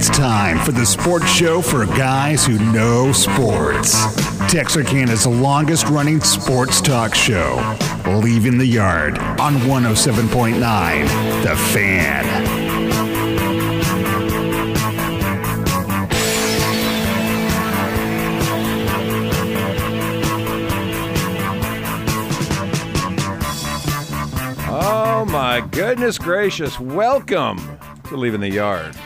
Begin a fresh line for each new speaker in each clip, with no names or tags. time for the sports show for guys who know sports. Texarkana's longest running sports talk show. Leaving the Yard on 107.9. The Fan.
Oh my goodness gracious! Welcome to Leaving the Yard.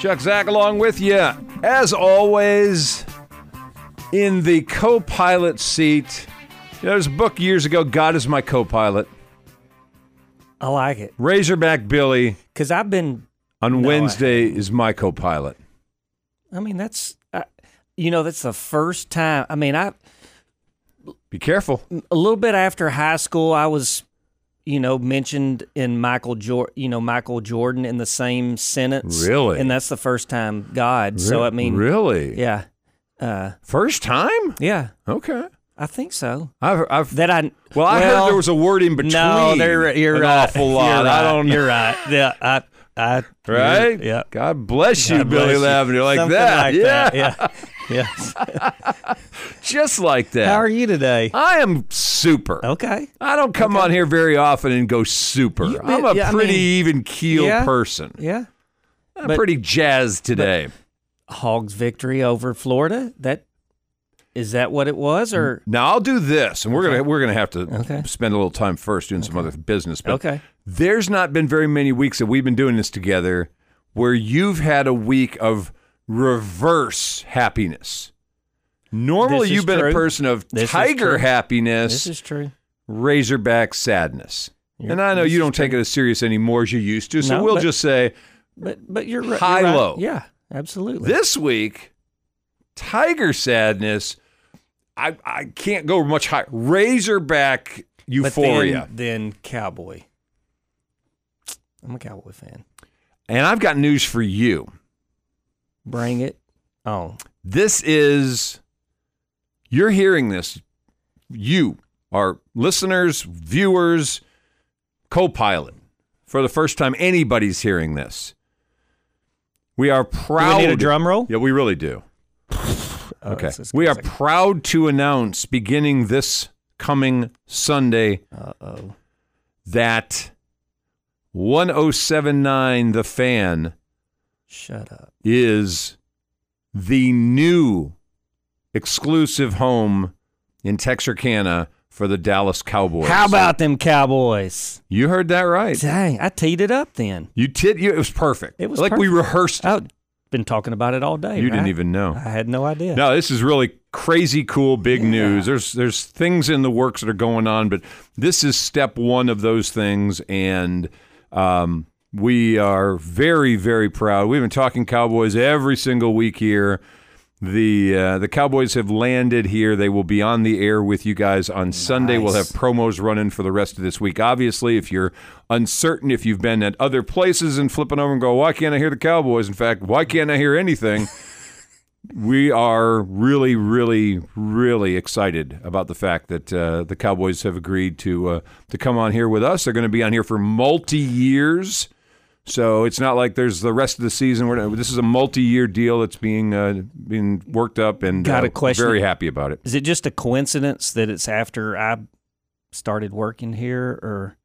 Chuck Zach along with you, as always, in the co-pilot seat. You know, there's a book years ago. God is my co-pilot.
I like it
Razorback Billy
because I've been.
on
No, I-
Wednesday is my co-pilot.
I mean, that's I, you know, that's the first time. I mean, I
Be careful.
a little bit after high school, I was, you know, mentioned in Michael Jordan. You know, Michael Jordan in the same sentence.
Really?
and that's the first time God. so I mean,
really,
yeah, uh,
first time?
yeah,
Okay.
I think so.
I've, I've
That I
well, I heard there was a word in between.
no. There, you're
an
right.
awful
You're
lot. I
right.
don't know.
You're right. Yeah, I, I,
Right?
Yeah.
God bless you,
God bless
Billy
you.
Lavender. Like
Something
that.
like
yeah.
that. Yeah. Yes.
Just like that.
How are you today?
I am super.
Okay.
I don't come on here very often and go super.
You-
I'm a
yeah, I
pretty
mean-
even keel
Yeah.
person.
Yeah.
I'm
but-
pretty jazzed today.
Hogs victory over Florida. That is that what it was or
now I'll do this, and we're gonna we're gonna have to
Okay.
spend a little time first doing some other business. But
Okay.
there's not been very many weeks that we've been doing this together where you've had a week of reverse happiness. Normally,
This is
you've been a
true.
person of
This is
tiger
true.
happiness,
This is true.
Razorback sadness.
You're-
and I know
this
you
is
don't take it as serious anymore as you used to, so
No,
we'll
but-
just say
But but you're, ri- you're
High
right.
low.
Yeah, absolutely.
this week, tiger sadness. I, I can't go much higher. Razorback
But
euphoria.
Then, then cowboy. I'm a cowboy fan.
And I've got news for you.
Bring it on.
This is, you're hearing this. You are listeners, viewers, co pilot. For the first time, anybody's hearing this. We are proud.
need a drum roll?
Yeah, we really do.
Oh,
Okay.
this is
We are
confusing.
proud to announce beginning this coming Sunday
Uh-oh.
that 1079 The Fan
Shut up.
is the new exclusive home in Texarkana for the Dallas Cowboys.
How about them Cowboys?
you heard that right?
Dang, I teed it up then.
You tit you it was perfect.
It was
like we
perfect.
rehearsed. it.
I've been talking about it all day.
you didn't
right?
even know.
I had no idea.
No, this is really crazy cool big news. There's there's things in the works that are going on, but this is step one of those things, and um, we are very very proud. We've been talking Cowboys every single week here. The uh, the Cowboys have landed here. They will be on the air with you guys on Sunday. We'll have promos running for the rest of this week. Obviously, if you're uncertain, if you've been at other places and flipping over and go, why can't I hear the Cowboys? In fact, why can't I hear anything? we are really, really, really excited about the fact that uh, the Cowboys have agreed to uh, to come on here with us. They're going to be on here for multi years, so it's not like there's the rest of the season. We're, this is a multi year deal that's being uh, being worked up, and
Got a
uh,
question.
Very happy about it.
Is it just a coincidence that it's after I started working here, or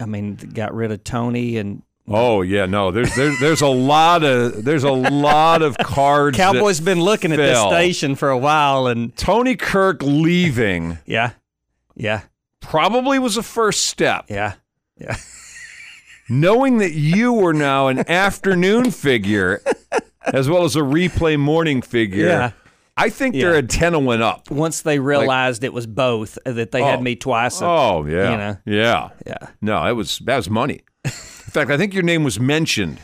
I mean, got rid of Tony and
Oh yeah, no, there's there's there's a lot of there's a lot of cards. that-
Cowboys been looking at this
fell.
station for a while, and
Tony Kirk leaving
yeah, yeah,
probably was the first step.
yeah, yeah.
knowing that you were now an afternoon figure as well as a replay morning figure.
Yeah.
I think
Yeah.
they're a 10 and went up.
Once they realized it was both, uh, that they
Oh.
had me twice. uh,
oh, yeah.
you know.
Yeah.
Yeah,
No, it was that was money. In fact, I think your name was mentioned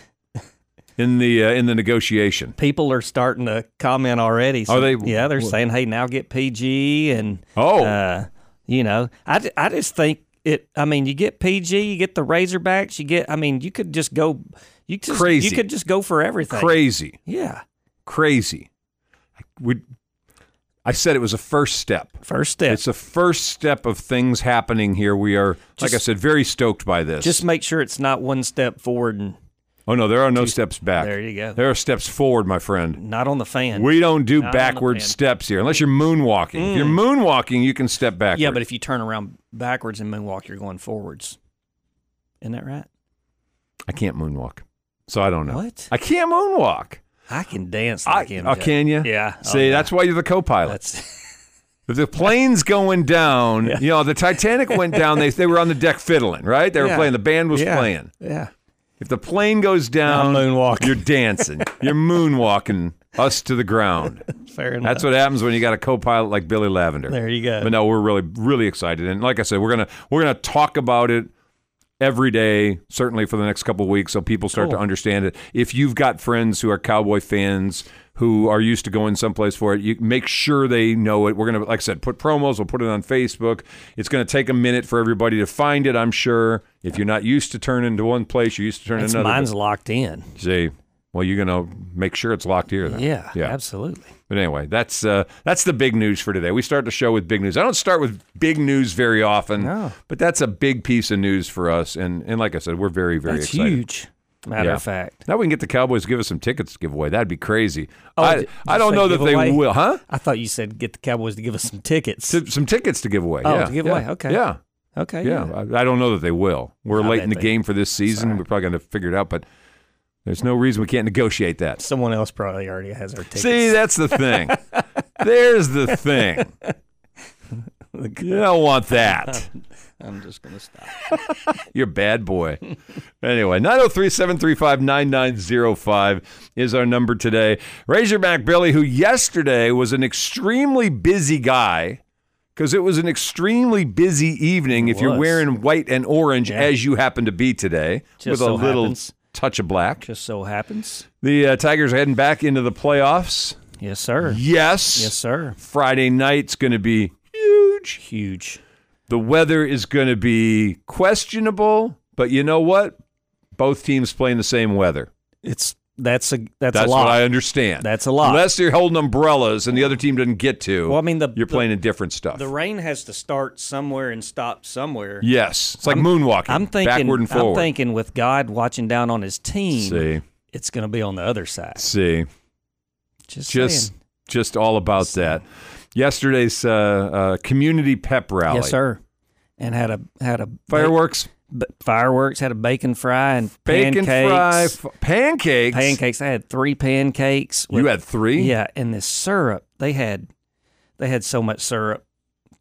in the uh, in the negotiation.
people are starting to comment already. So,
Are they-
Yeah, they're saying, "Hey, now get PG," and
Oh.
uh, you know, I, ju- I just think it. I mean, you get PG, you get the Razorbacks, you get. I mean, you could just go. You just,
Crazy.
You could just go for everything.
Crazy.
Yeah.
Crazy. I would I said it was a first step.
First step.
It's a first step of things happening here. We are, like I
Just-
said, very stoked by this.
just make sure it's not one step forward and
Oh no, there are no steps back.
There you go.
There are steps forward, my friend.
Not on the fan.
We don't do
Not on the
backward
fan.
steps here, unless you're moonwalking. If you're moonwalking, you can step back.
yeah, but if you turn around backwards and moonwalk, you're going forwards. Isn't that right?
I can't moonwalk, so I don't know.
What?
I can't moonwalk.
I can dance
I,
like him.
oh,
Jeff.
can you?
Yeah. Oh,
See,
yeah.
that's why you're the co-pilot.
That's
If the plane's going down, you know, the Titanic went down, they, they were on the deck fiddling, right? They were
Yeah.
playing, the band was
yeah.
playing.
Yeah.
If the plane goes down,
moonwalking.
you're dancing. you're moonwalking us to the ground.
Fair enough.
That's what happens when you got a co-pilot like Billy Lavender.
There you go.
But no, we're really really excited, and like I said, we're gonna we're gonna talk about it every day, certainly for the next couple of weeks, so people start to understand it. If you've got friends who are cowboy fans who are used to going someplace for it, you make sure they know it. We're gonna, like I said, put promos. We'll put it on Facebook. It's gonna take a minute for everybody to find it. I'm sure. If you're not used to turning to one place, you're used to turning
It's-
to another.
mine's locked in.
See, well, you're gonna make sure it's locked here. Then.
Yeah,
Yeah.
absolutely.
But anyway, that's uh, that's the big news for today. We start the show with big news. I don't start with big news very often,
No.
but that's a big piece of news for us. And and like I said, we're very very
That's
excited.
huge. Matter
Yeah.
of fact.
Now we can get the Cowboys to give us some tickets to give away. That'd be crazy.
Oh,
I
did- did
I
you
don't
say
know that
give
they
away?
will, huh?
I thought you said get the Cowboys to give us some tickets.
To- some tickets to give away.
Oh,
yeah,
to give
yeah,
away. Okay.
Yeah.
okay.
Yeah, I, I don't know that they will. We're
I
late
bet
in the
they-
game for this season. We're probably going to figure it out, but there's no reason we can't negotiate that.
Someone else probably already has our tickets.
See, that's the thing. There's the thing. You don't want that.
I'm just gonna stop.
You're a bad boy. Anyway, 903 735 9905 is our number today. Razorback Billy, who yesterday was an extremely busy guy, because it was an extremely busy evening if you're
was.
wearing white and orange as you happen to be today,
Just
with a
so
little
happens.
touch of black.
Just so happens.
The uh, Tigers are heading back into the playoffs.
Yes, sir.
Yes.
Yes, sir.
Friday night's going to be huge.
Huge.
The weather is going to be questionable, but you know what? Both teams play in the same weather.
It's that's a that's,
That's
a lot.
what I understand.
That's a lot.
Unless you're holding umbrellas and the other team doesn't get to.
Well, I mean, the-
you're
the-
playing in different stuff.
the rain has to start somewhere and stop somewhere.
yes, it's like moonwalking.
I'm thinking
backward and forward.
I'm thinking with God watching down on his team,
see,
it's going to be on the other side.
see,
Just,
just
saying.
just all about that. Yesterday's uh, uh, community pep rally.
yes, sir. And had a had a
Fireworks,
b- fireworks, had a bacon fry and
bacon fry,
pancakes.
f- pancakes.
Pancakes. I had three pancakes.
You
with-
had three.
yeah, and this syrup they had, they had so much syrup,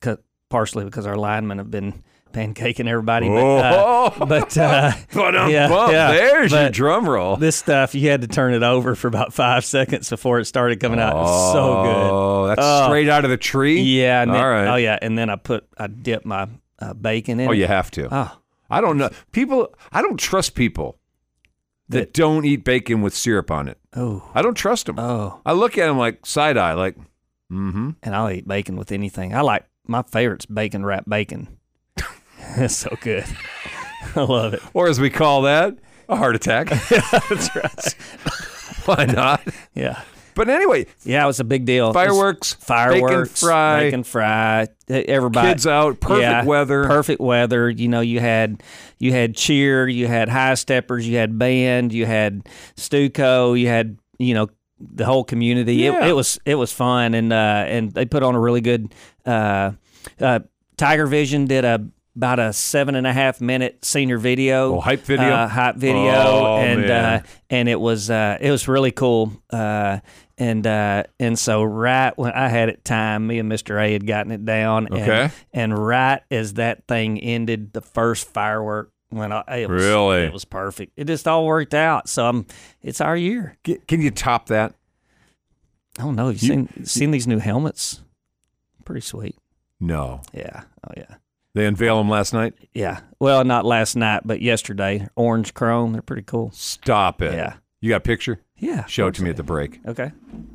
'cause- partially because our linemen have been pancaking everybody. But,
Oh.
uh, but uh,
But um,
yeah,
bump.
yeah,
there's your
but-
drum roll.
this stuff you had to turn it over for about five seconds before it started coming out. It was so good.
Oh, that's straight out of the tree.
Yeah. And
All
then,
right.
Oh yeah. And then I put I dipped my uh, bacon in.
Oh,
it.
you have to.
Oh,
I don't know. People, I don't trust people that,
That-
don't eat bacon with syrup on it.
oh,
I don't trust them.
oh.
I look at them like side eye, like, mm-hmm.
And I'll eat bacon with anything. I like my favorite's bacon wrapped bacon. That's so good. I love it.
Or as we call that, a heart attack.
That's right.
Why not?
Yeah.
But anyway,
Yeah, it was a big deal. It was
fireworks, bacon
Fireworks,
fry,
bacon fry, e- everybody.
kids out, perfect
Yeah,
weather.
perfect weather. You know, you had you had cheer, you had high steppers, you had band, you had stucco, you had you know the whole community.
Yeah.
It, it was it was fun, and uh, and they put on a really good. Uh, uh, Tiger Vision did a about a seven and a half minute senior video,
Oh, hype video?
uh, hype video,
Oh,
and
man.
uh, and it was uh, it was really cool. Uh, and uh, and so right when I had it time, me and Mister A had gotten it down.
Okay.
And, and right as that thing ended, the first firework went off. It was,
Really?
it was perfect. It just all worked out. So I'm, it's our year.
G- Can you top that?
I don't know. Have you,
You-
seen seen these new helmets? Pretty sweet.
No.
Yeah. Oh yeah.
They unveil them last night.
Yeah. Well, not last night, but yesterday. Orange chrome. They're pretty cool.
Stop it.
Yeah.
You got a picture?
Yeah.
Show it to me at the break.
Okay.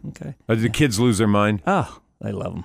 Okay.
Uh, Did the kids lose their mind?
Oh, they love them.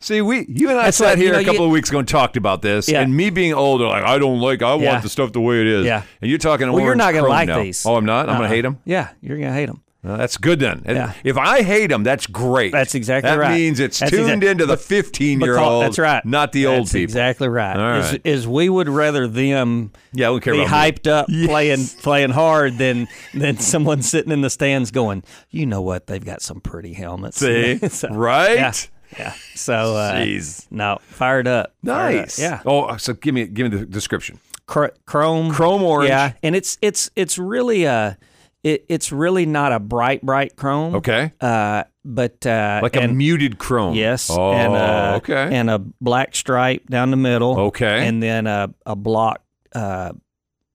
See, we you and I
That's
sat
like, you
here
know,
a
you-
couple of weeks ago and talked about this,
Yeah.
and me being older, like I don't like, I
Yeah.
want the stuff the way it is.
Yeah.
and you're talking.
Well, you're
orange
not gonna
chrome
like
now.
these.
Oh, I'm not. I'm gonna
Uh-uh.
hate them.
Yeah, you're gonna hate them.
Uh, that's good then. And
Yeah.
If I hate them, that's great.
That's exactly
that
right.
means it's
That's
tuned
exact-
into the
Bec- Because-
fifteen-year-old.
That's right.
Not the old
That's
people.
Exactly right.
All
Is,
right.
is we would rather them
Yeah, I don't care
be
about me.
hyped up playing playing hard than than someone sitting in the stands going, you know what? They've got some pretty helmets.
See,
So-
right?
Yeah. yeah. So uh,
Jeez.
no, fired up. Fired up.
Nice.
Yeah.
Oh, so give me give me the description.
Cr- chrome.
Chrome orange.
Yeah, and it's it's it's really a it, it's really not a bright bright chrome.
Okay.
Uh, but uh,
Like
and-
a muted chrome.
Yes.
Oh,
and a,
okay.
And a black stripe down the middle.
Okay.
And then a, a block uh,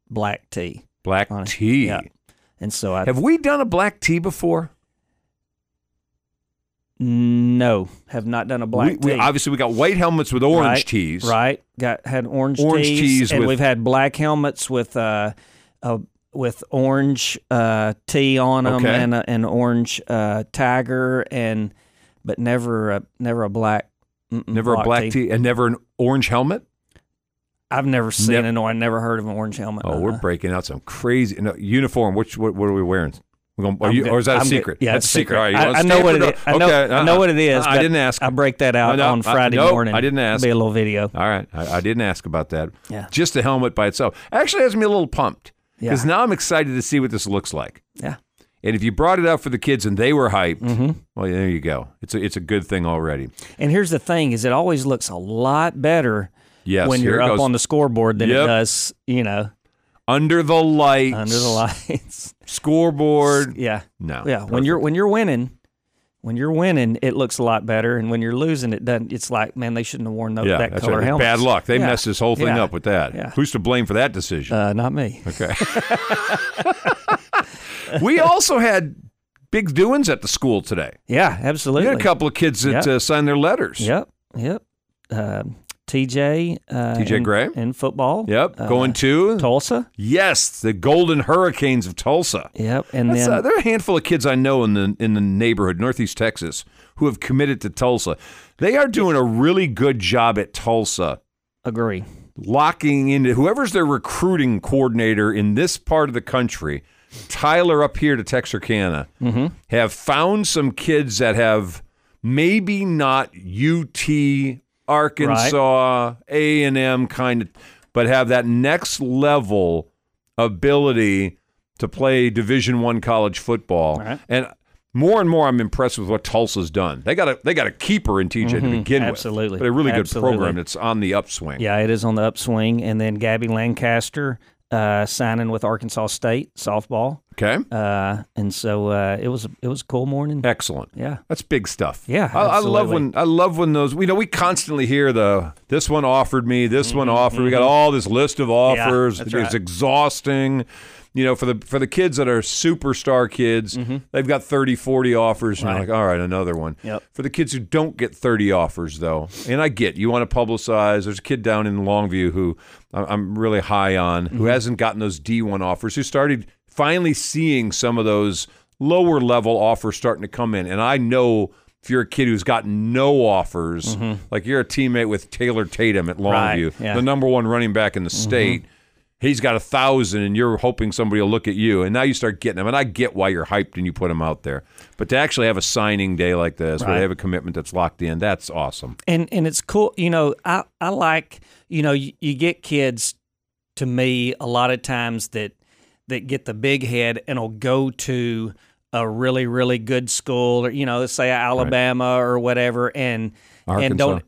black tee.
black
on it.
tea.
Yeah. And so I
Have we done a black tea before?
no have not done a black
we,
tea.
we- obviously we got white helmets with orange
right,
tees.
Right. Got had orange,
Orange
tees,
tees
and
with-
we've had black helmets with uh, uh with orange uh tee on them
Okay.
and a, an orange uh tiger and but never a never a black mm-mm,
Never a black
tee.
tea. and never an orange helmet.
I've never seen
Nev-
an or I never heard of an orange helmet.
Oh,
Uh-uh.
we're breaking out some crazy no, uniform. Which what, what are we wearing? We're gonna, are
I'm
you,
good.
or is that a
I'm good.
secret?
Yeah,
that's
it's
a secret. All right, you
I,
wanna
I know
stamp
what
it
it
up?
is. I know,
Okay,
I
uh-uh.
know what it is.
Uh, I
but
didn't ask.
I break that out
No, no,
on
I-
Friday
no,
morning.
I didn't ask.
Be a little video.
All right, I, I didn't ask about that.
Yeah.
just the helmet by itself actually has me a little pumped
Yeah.
because now I'm excited to see what this looks like.
Yeah.
And if you brought it up for the kids and they were hyped,
Mm-hmm.
well, there you go. It's a, it's a good thing already.
And here's the thing: is it always looks a lot better
Yes,
when
here
you're
it
up
goes.
on the scoreboard than
Yep.
it does, you know,
Under the lights,
under the lights.
scoreboard.
yeah,
No,
yeah. When you're
perfect.
when you're winning, when you're winning, it looks a lot better. And when you're losing, it doesn't. It's like, man, they shouldn't have worn that,
yeah,
that
that's
color
right.
helmet.
bad luck. They
Yeah.
messed this whole thing
Yeah.
up with that.
Yeah.
Who's to blame for that decision?
Uh, not me.
okay. we also had big doings at the school today.
Yeah,
We
absolutely.
had a couple of kids that
Yeah.
uh, signed their letters.
Yep, yep. Um TJ, uh,
TJ
in-
Gray.
in football.
Yep.
Uh,
Going to
Tulsa.
Yes, the Golden Hurricanes of Tulsa.
Yep, and
That's,
then
uh, there are a handful of kids I know in the in the neighborhood, Northeast Texas, who have committed to Tulsa. They are doing a really good job at Tulsa,
agree.
locking into whoever's their recruiting coordinator in this part of the country. Tyler up here to Texarkana have found some kids that have maybe not UT, Arkansas, A and M kind of, but have that next level ability to play Division One college football.
Right.
And more and more, I'm impressed with what Tulsa's done. They got a they got a keeper in TJ to begin
Mm-hmm. Absolutely.
with, but a really
Absolutely.
good program that's on the upswing.
Yeah, it is on the upswing. And then Gabby Lancaster uh, signing with Arkansas State softball,
Okay,
uh, and so uh, it was it was a cool morning.
excellent.
Yeah,
That's big stuff.
Yeah,
I, I love
absolutely.
when I love when those. You know, we constantly hear the this one offered me, this one
Mm-hmm,
offered. We got all this list of offers.
that's
it's
right.
exhausting. You know, for the for the kids that are superstar kids,
Mm-hmm.
they've got 30, 40 offers, and you're like, all right, another one.
Yep.
For the kids who don't get thirty offers, though, and I get you want to publicize. There's a kid down in Longview who I- I'm really high on,
Mm-hmm.
who hasn't gotten those D1 offers, who started finally seeing some of those lower level offers starting to come in, and I know. If you're a kid who's gotten no offers, like you're a teammate with Taylor Tatum at Longview,
Mm-hmm. yeah. Mm-hmm.
the number one running back in the state, he's got a thousand and you're hoping somebody will look at you and now you start getting them and i get why you're hyped and you put them out there but to actually have a signing day like this where they
Right.
have a commitment that's locked in that's awesome
and and it's cool. You know, I I like you know you, you get kids to me a lot of times that that get the big head and will go to a really really good school or you know say Alabama or whatever and and
Arkansas.
don't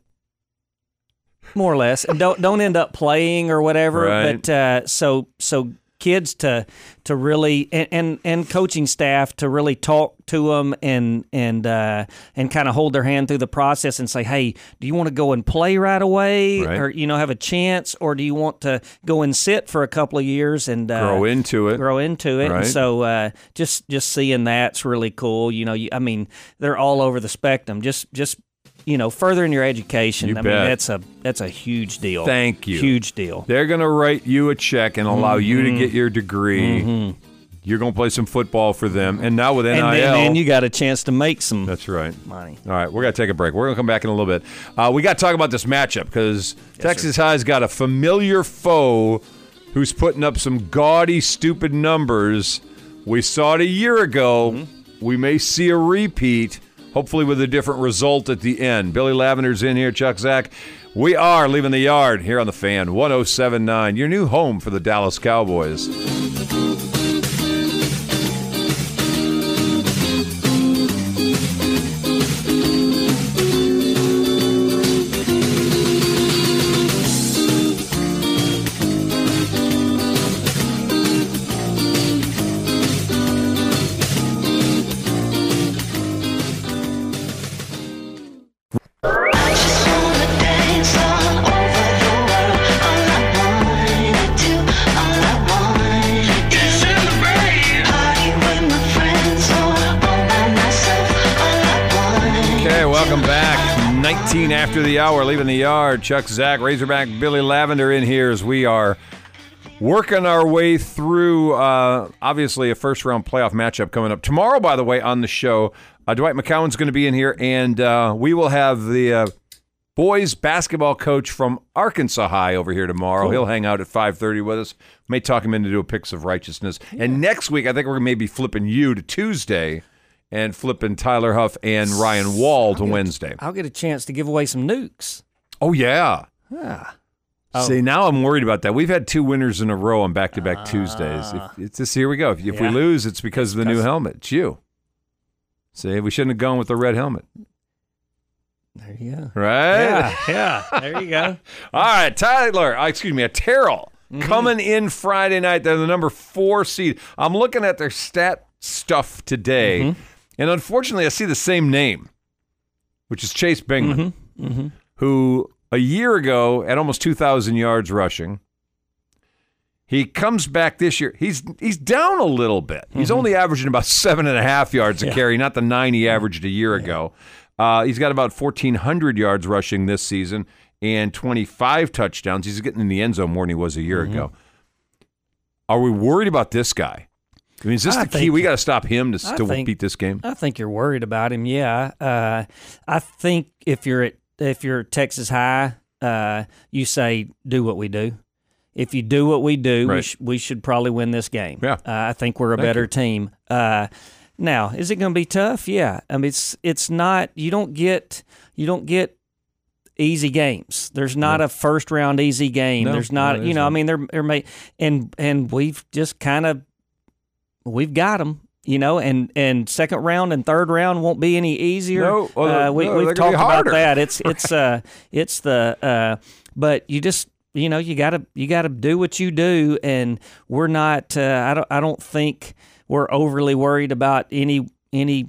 more or less and don't don't end up playing or whatever
Right.
but uh, so so kids to to really and, and and coaching staff to really talk to them and and uh, and kind of hold their hand through the process and say hey do you want to go and play right away
Right.
or you know have a chance or do you want to go and sit for a couple of years and uh,
grow into it
grow into it.
Right.
And so uh, just just seeing that's really cool. You know, you, I mean, they're all over the spectrum. Just just you know, furthering your education.
You
I
bet.
mean, that's a that's a huge deal.
Thank you.
Huge deal.
they're going to write you a check and allow you
Mm-hmm.
to get your degree you're going to play some football for them and now with nil
And then, then you got a chance to make some
that's right
Mm-hmm. money.
All right, we're going to take a break. We're going to come back in a little bit. Uh, we got to talk about this matchup because Texas High's got a familiar foe who's putting up some gaudy, stupid numbers. We saw it a year ago. We may see a repeat, hopefully with a different result at the end. Billy Lavender's in here, Chuck Zach. We are leaving the yard here on the fan 1079, your new home for the Dallas Cowboys. Okay, welcome back. 19 after the hour, leaving the yard. Chuck Zach, Razorback Billy Lavender in here as we are working our way through, uh, obviously, a first round playoff matchup coming up. Tomorrow, by the way, on the show, uh, Dwight McCowan's going to be in here, and uh, we will have the. Uh, Boys basketball coach from Arkansas High over here tomorrow. He'll hang out at 5:30 with us. May talk him into do a picks of righteousness. And next week, I think we're gonna maybe flipping you to Tuesday, and flipping Tyler Huff and Ryan Wall to Wednesday.
I'll get a chance to give away some nukes.
Oh yeah.
Yeah. Oh.
See now I'm worried about that. We've had two winners in a row on back to back Tuesdays. If, it's just here we go. If, if we
Ah. Yeah.
lose, it's because of the new
because-
helmet. It's you. See, we shouldn't have gone with the red helmet,
There you go.
right?
Yeah, yeah. There you go.
All right, Tyler. uh, excuse me, a Terrell coming in Friday night. They're the number four seed. I'm looking at their stat stuff today, and unfortunately, I see the same name, which is Chase Bingman,
Mm-hmm.
who a year ago at almost 2,000 yards rushing. He comes back this year. He's he's down a little bit. He's
Mm-hmm.
only averaging about seven and a half yards a carry, not the nine he averaged a year ago. Uh, he's got about fourteen hundred yards rushing this season and twenty five touchdowns. He's getting in the end zone more than he was a year
Mm-hmm.
ago. Are we worried about this guy? I mean, is this
I
the key?
think-
We got to stop him to,
I
to
think-
beat this game.
I think you're worried about him. Yeah, uh, I think if you're at if you're at Texas High, uh, you say do what we do. If you do what we do, we,
Right.
sh- we should probably win this game.
Yeah.
uh, I think we're a
Thank
better
you.
team. Uh, now, is it going to be tough? Yeah, I mean it's it's not. You don't get you don't get easy games. There's not a first round easy game.
No,
There's not.
no,
you know, I
there's
mean they're they're made, and and we've just kind of we've got them. You know, and and second round and third round won't be any easier.
No, well,
uh, we,
no,
we've
they're gonna
talked
be
about
harder.
that. It's it's uh it's the uh, but you just you know you gotta you gotta do what you do, and we're not. Uh, I don't I don't think we're overly worried about any any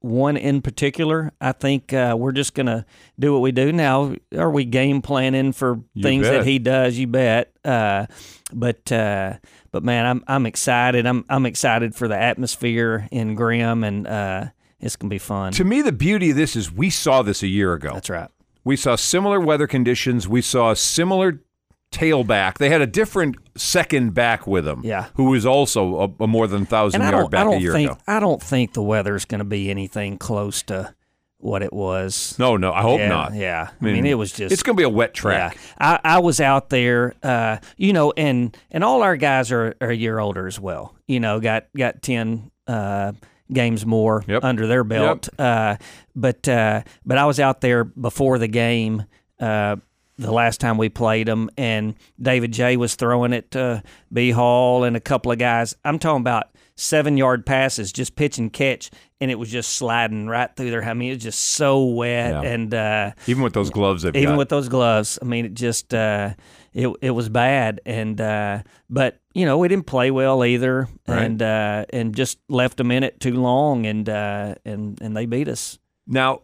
one in particular. I think uh, we're just gonna do what we do now. Are we game planning for
You
things
bet.
that he does? You bet. Uh, but uh, but man, I'm I'm excited. I'm I'm excited for the atmosphere in Graham, and uh, it's gonna be fun.
To me, the beauty of this is we saw this a year ago.
That's right.
We saw similar weather conditions. We saw a similar tailback. They had a different second back with them,
Yeah.
who was also a, a more than thousand
And I
yard
don't, I
back a
don't
year
think
ago.
I don't think the weather's gonna be anything close to what it was.
No, no, I hope
yeah,
not.
Yeah, I mean, it was just
it's going to be a wet track.
Yeah, I, I was out there, uh, you know, and and all our guys are, are a year older as well. You know, got got ten uh, games more
Yep.
under their belt. Uh, but uh, but I was out there before the game. Uh, the last time we played them, and David J was throwing it to B Hall and a couple of guys. I'm talking about seven yard passes, just pitch and catch, and it was just sliding right through their. I mean, it was just so wet,
Yeah.
and uh,
Even with those gloves, they've
even
got.
with those gloves. I mean, it just uh, it it was bad, and uh, but you know we didn't play well either,
Right.
and uh, and just left them in it too long, and uh, and and they beat us.
now,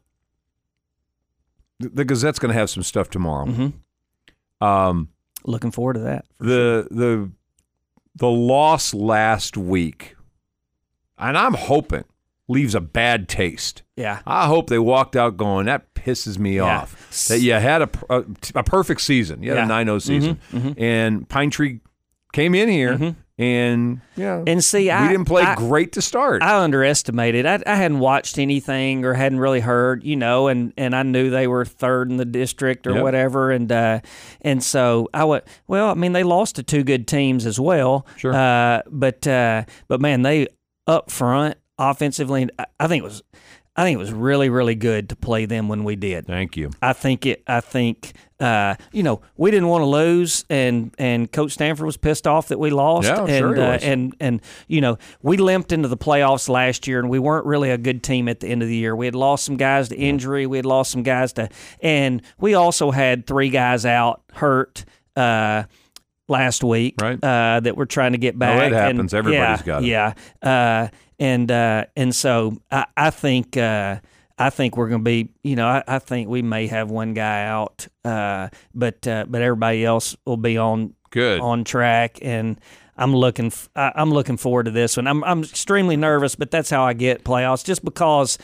the, the Gazette's going to have some stuff tomorrow.
hmm
Um,
Looking forward to that.
the the the loss last week, and I'm hoping leaves a bad taste.
Yeah,
I hope they walked out going, that pisses me
Yeah.
off. That you had a, a, a perfect season. You had
Yeah. Mm-hmm.
a 9 0 season. And Pine Tree came in here and yeah,
Mm-hmm. and see,
we
I
didn't play
I-
great to start.
I underestimated. I, I hadn't watched anything or hadn't really heard, you know, and, and I knew they were third in the district or
Yep.
whatever, and uh, and so I went. Well, I mean, they lost to two good teams as well.
Sure.
Uh, but uh, but man, they up front offensively. And I- I think it was, I think it was really, really good to play them when we did.
Thank you.
I think it. I think uh, you know we didn't want to lose, and and Coach Stanford was pissed off that we lost,
Yeah, I'm
and
sure he
uh,
was.
and and you know we limped into the playoffs last year, and we weren't really a good team at the end of the year. We had lost some guys to injury, we had lost some guys to, and we also had three guys out hurt. Uh, Last week,
Right.
Uh, that we're trying to get back.
that
and-
happens. Everybody's
yeah,
got it.
yeah. Uh, and uh, and so I, I think uh, I think we're going to be you know I, I think we may have one guy out, uh, but uh, but everybody else will be on
Good.
on track and. I'm looking. f- I- I'm looking forward to this one. I'm. I'm extremely nervous, but that's how I get playoffs. Just because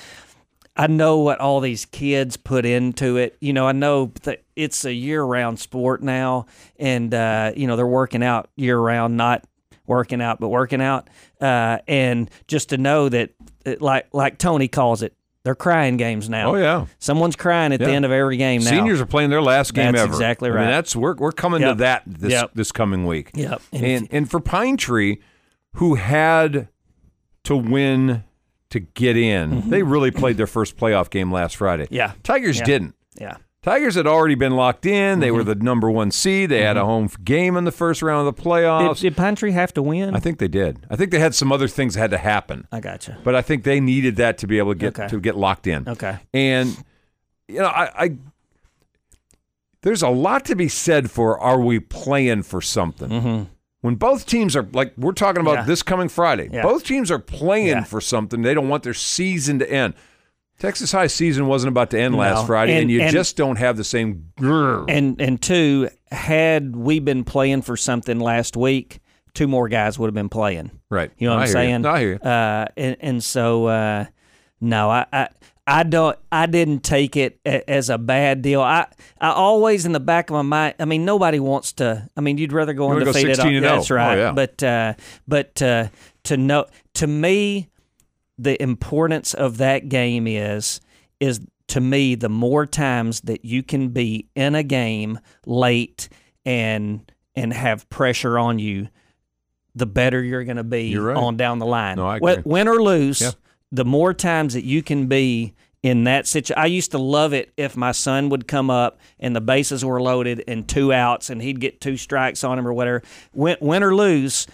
I know what all these kids put into it. You know, I know that it's a year-round sport now, and uh, you know they're working out year-round, not working out, but working out. Uh, and just to know that, that like like Tony calls it, they're crying games now.
Oh yeah.
someone's crying at the
Yeah.
end of every game now.
Seniors are playing their last game
That's
ever.
exactly
I
right.
mean, that's we're we're coming
Yep.
to that this
Yep.
this coming week.
Yep. And if-
And and for Pine Tree, who had to win to get in, they really played their first playoff game last Friday.
Mm-hmm. Yeah.
Tigers
Yeah.
didn't.
yeah.
Tigers had already been locked in. They were
Mm-hmm.
the number one seed. They had a home f- game in the first round of the
Did,
playoffs.
Mm-hmm. did Pine Tree have to win?
I think they did. I think they had some other things that had to happen,
I gotcha.
but I think they needed that to be able to get
Okay.
to get locked in.
Okay.
And you know, I, I there's a lot to be said for are we playing for something? When both teams are like we're talking about
Mm-hmm. Yeah.
this coming Friday,
Yeah.
both teams are playing
Yeah.
for something. They don't want their season to end. Texas High season wasn't about to end last
No.
Friday, and,
And-
you
and-
just don't have the same. grrr.
And and two, had we been playing for something last week, two more guys would have been playing.
Right.
You know what
I
I'm
hear you.
saying?
No, I hear you.
Uh, and, and so, uh, no, I, I, I don't. I didn't take it a, as a bad deal. I, I always in the back of my mind. I mean, nobody wants to. I mean, you'd rather go
wanna go
undefeated.
16 and 0.
That's
Oh,
right.
yeah.
But, uh, but uh, to know, to me, the importance of that game is is to me the more times that you can be in a game late and and have pressure on you the better you're going to be
You're right.
on down the line
No, I
Wh-
agree.
win or lose
Yeah.
the more times that you can be in that situation i used to love it if my son would come up and the bases were loaded and two outs and he'd get two strikes on him or whatever win, win or lose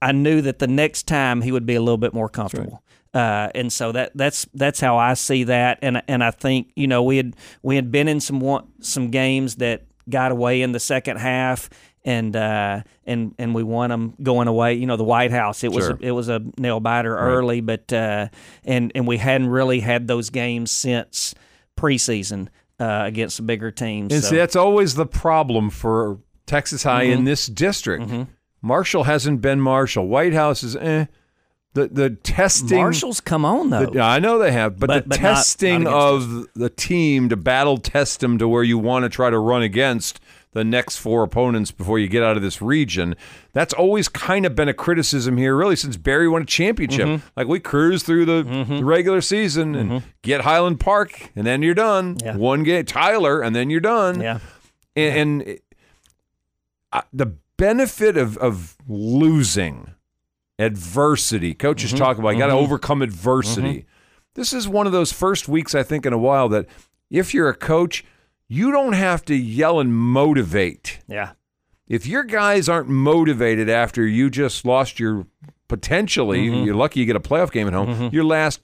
I knew that the next time he would be a little bit more comfortable. Uh, and so that that's that's how I see that, and and I think you know we had we had been in some one, some games that got away in the second half, and uh, and and we won them going away. You know the White House, it was
Sure.
a, it was a nail biter early, but uh, and and we hadn't really had those games since preseason uh, against the bigger teams.
And
so- Mm-hmm.
see, that's always the problem for Texas High in this district. Marshall hasn't been Marshall. White House is eh. The the testing.
Marshall's come on though.
the- yeah, I know they have, but,
But-
the
but not- not
testing
against
of the team to battle test them to where you want to try to run against the next four opponents before you get out of this region. That's always kind of been a criticism here, really, since Barry won a championship.
Mm-hmm.
Like we cruise through the, the regular season and get Highland Park, and then you're done.
Yeah.
One game, Tyler, and then you're done
yeah,
and, and I, the benefit of of losing adversity coaches talk about you got to overcome adversity this is one of those first weeks i think in a while that if you're a coach you don't have to yell and motivate
yeah,
if your guys aren't motivated after you just lost your potentially you're lucky you get a playoff game at home your last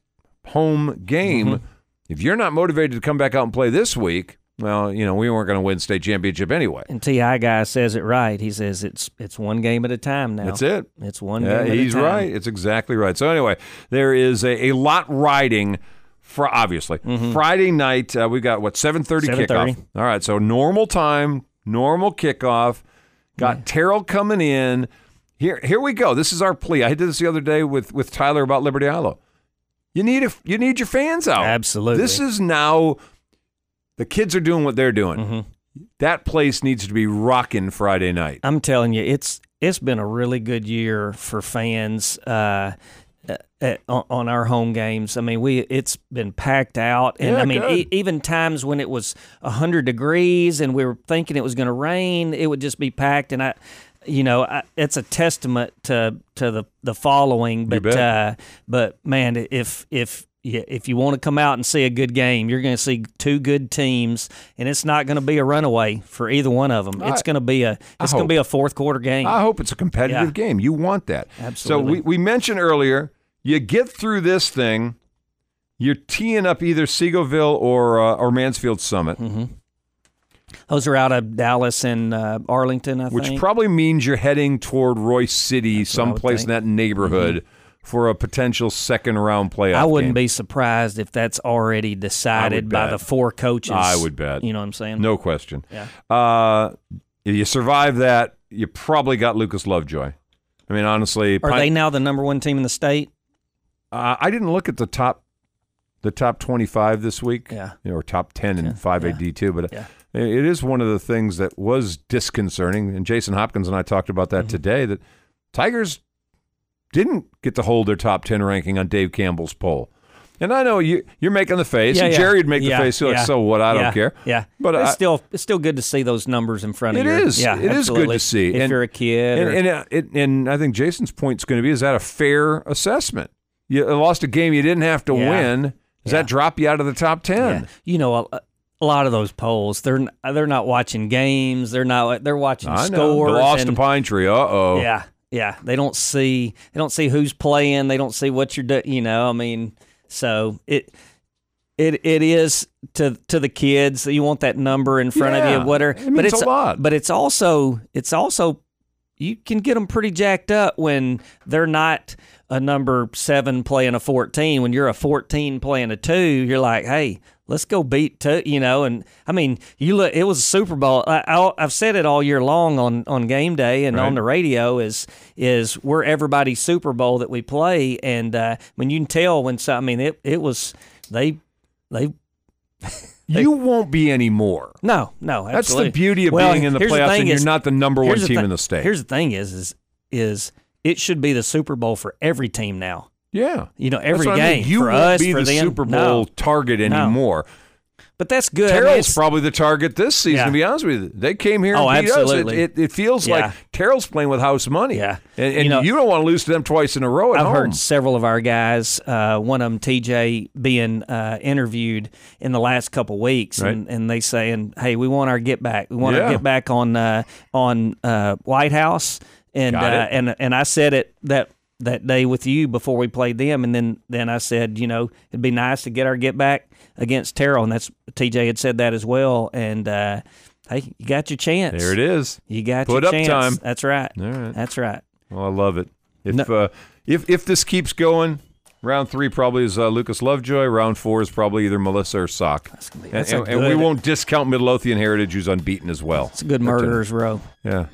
home game if you're not motivated to come back out and play this week well you know we weren't going to win state championship anyway
And Ti guy says it right. He says it's it's one game at a time now.
that's it
It's one
Yeah,
game. At
he's
a time.
right it's exactly right so anyway there is a, a lot riding for obviously
Mm-hmm.
friday night uh, we got what 7.30
7:30.
kickoff all right so normal time normal kickoff got terrell coming in here here we go this is our plea i did this the other day with with tyler about liberty Islo. you need a, you need your fans out
Absolutely.
this is now the kids are doing what they're doing
Mm-hmm.
that place needs to be rocking friday night
I'm telling you, it's it's been a really good year for fans uh, at, on, on our home games. I mean, we it's been packed out, and
Yeah,
I mean,
good.
e- even times when it was hundred degrees and we were thinking it was going to rain, it would just be packed. And I, you know, I, it's a testament to to the the following. But
bet.
uh, but man, if if yeah, if you want to come out and see a good game, you're going to see two good teams, and it's not going to be a runaway for either one of them. it's going to be a it's going
hope.
to be a fourth quarter game.
I hope it's a competitive
Yeah.
game. You want that.
Absolutely.
So we, we mentioned earlier, you get through this thing, you're teeing up either Seagoville or uh, or Mansfield Summit,
Mm-hmm. Those are out of Dallas and uh, Arlington, I
which
think.
probably means you're heading toward Royce City,
I would Mm-hmm.
someplace in that neighborhood, for a potential second round playoff.
I wouldn't
game.
be surprised if that's already decided by
bet.
the four coaches.
I would bet.
You know what I'm saying?
No question.
Yeah.
Uh, if you survive that, you probably got Lucas Lovejoy. I mean, honestly,
Are
Pine-
they now the number one team in the state?
Uh, I didn't look at the top, the top twenty-five this week,
Yeah.
you know, or top ten in five AD two, but uh,
Yeah.
it it is one of the things that was disconcerting. And Jason Hopkins and I talked about
Mm-hmm.
that today. That Tigers didn't get to hold their top ten ranking on Dave Campbell's poll. And I know you, you're making the face. and Jerry'd make
Yeah,
the face. Too, like,
yeah,
so what? I
yeah,
don't care.
Yeah,
But
but
I-
it's still it's still good to see those numbers in front of
It
you.
is.
Yeah,
It is good
absolutely.
to see.
If
And-
you're a kid, or-
And, and, uh, it, and I think Jason's point's going to be: is that a fair assessment? You lost a game you didn't have to
Yeah.
win. Does that drop you out of the top ten?
yeah. you know, a, a lot of those polls, they're n- they're not watching games. They're not they're watching
I know.
scores.
They lost to
and-
Pine Tree. Uh oh.
Yeah, yeah. They don't see they don't see who's playing. They don't see what you're doing. You know, I mean, so it it it is to to the kids. You want that number in front of
Yeah,
you, whatever.
it means
it's
a lot.
But it's also it's also you can get them pretty jacked up when they're not a number seven playing a 14 when you're a 14 playing a two you're like hey let's go beat two you know and i mean you look it was a super bowl I, I, i've said it all year long on on game day and on the radio is is we're everybody's super bowl that we play and uh when you can tell when so, i mean it it was they they
You won't be anymore.
no no
That's
absolutely.
the beauty of
Well,
being in the
here's
playoffs,
thing
and you're
is-
not the number one
Here's
team
thi-
in the state.
Here's the thing: is is is it should be the Super Bowl for every team now.
yeah.
You know,
That's
every
what I mean.
game
You
for
won't
us,
be
for
the
them.
Super Bowl
No,
target anymore.
but that's good. I mean,
Terrell's
it's-
probably the target this season.
Yeah.
To be honest with you, they came here.
Oh,
and beat
absolutely.
Us. It, it, it feels
Yeah.
like Terrell's playing with house money.
Yeah.
and,
You
and you,
know-
don't want to lose to them twice in a row at
I've
home.
heard several of our guys, uh, one of them, TJ, being uh, interviewed in the last couple weeks, and, and they saying, "Hey, we want our get back. We want
Yeah.
our get back on uh, on uh, White House." And uh,
Got it.
and and I said it that that day with you before we played them, and then then I said, you know, it'd be nice to get our get back against Terrell, and that's TJ had said that as well. And uh, hey, you got your chance.
There it is.
You got
Put
your
up
chance.
time.
That's right.
All right.
That's right.
Well, I love it. If uh, if if this keeps going, round three probably is uh, Lucas Lovejoy. Round four is probably either Melissa or Sock.
gonna be-
and,
that's a
and- and we
good-
won't discount Midlothian Heritage, who's unbeaten as well.
It's a good murderer's row.
Yeah.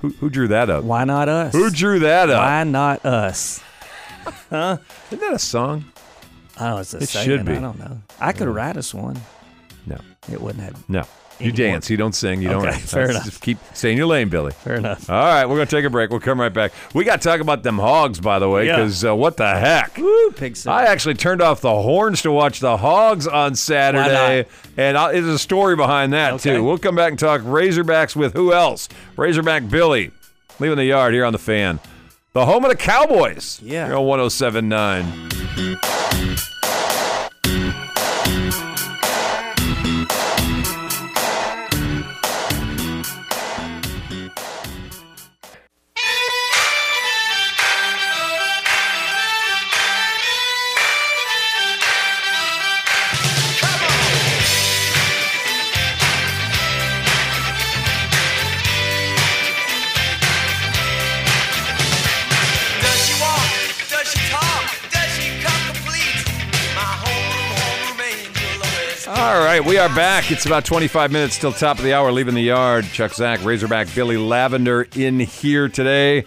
Who who drew that up?
Why not us?
Who drew that up?
Why not us?
Isn't that a song?
I don't know. It's a
It
saying.
should be.
I don't know. I could write us one.
No,
It wouldn't have.
no. You
Anymore.
dance. You don't sing. You don't.
Okay,
act.
fair
That's-
enough.
Just keep stay in your lane, Billy.
Fair enough.
All right, we're gonna take a break. We'll come right back. We got to talk about them hogs, by the way,
Yeah.
because uh, what the heck?
Woo, pig soup.
I actually turned off the horns to watch the Hogs on Saturday, and I, there's a story behind that
Okay.
too. We'll come back and talk Razorbacks with who else? Razorback Billy, leaving the yard here on the fan, the home of the Cowboys.
Yeah.
here on 107.9.
Does she walk? Does she talk? Does she come complete? My homeroom, homeroom angel always.
All right, we are back. It's about 25 minutes till top of the hour, leaving the yard. Chuck Zach, Razorback Billy Lavender in here today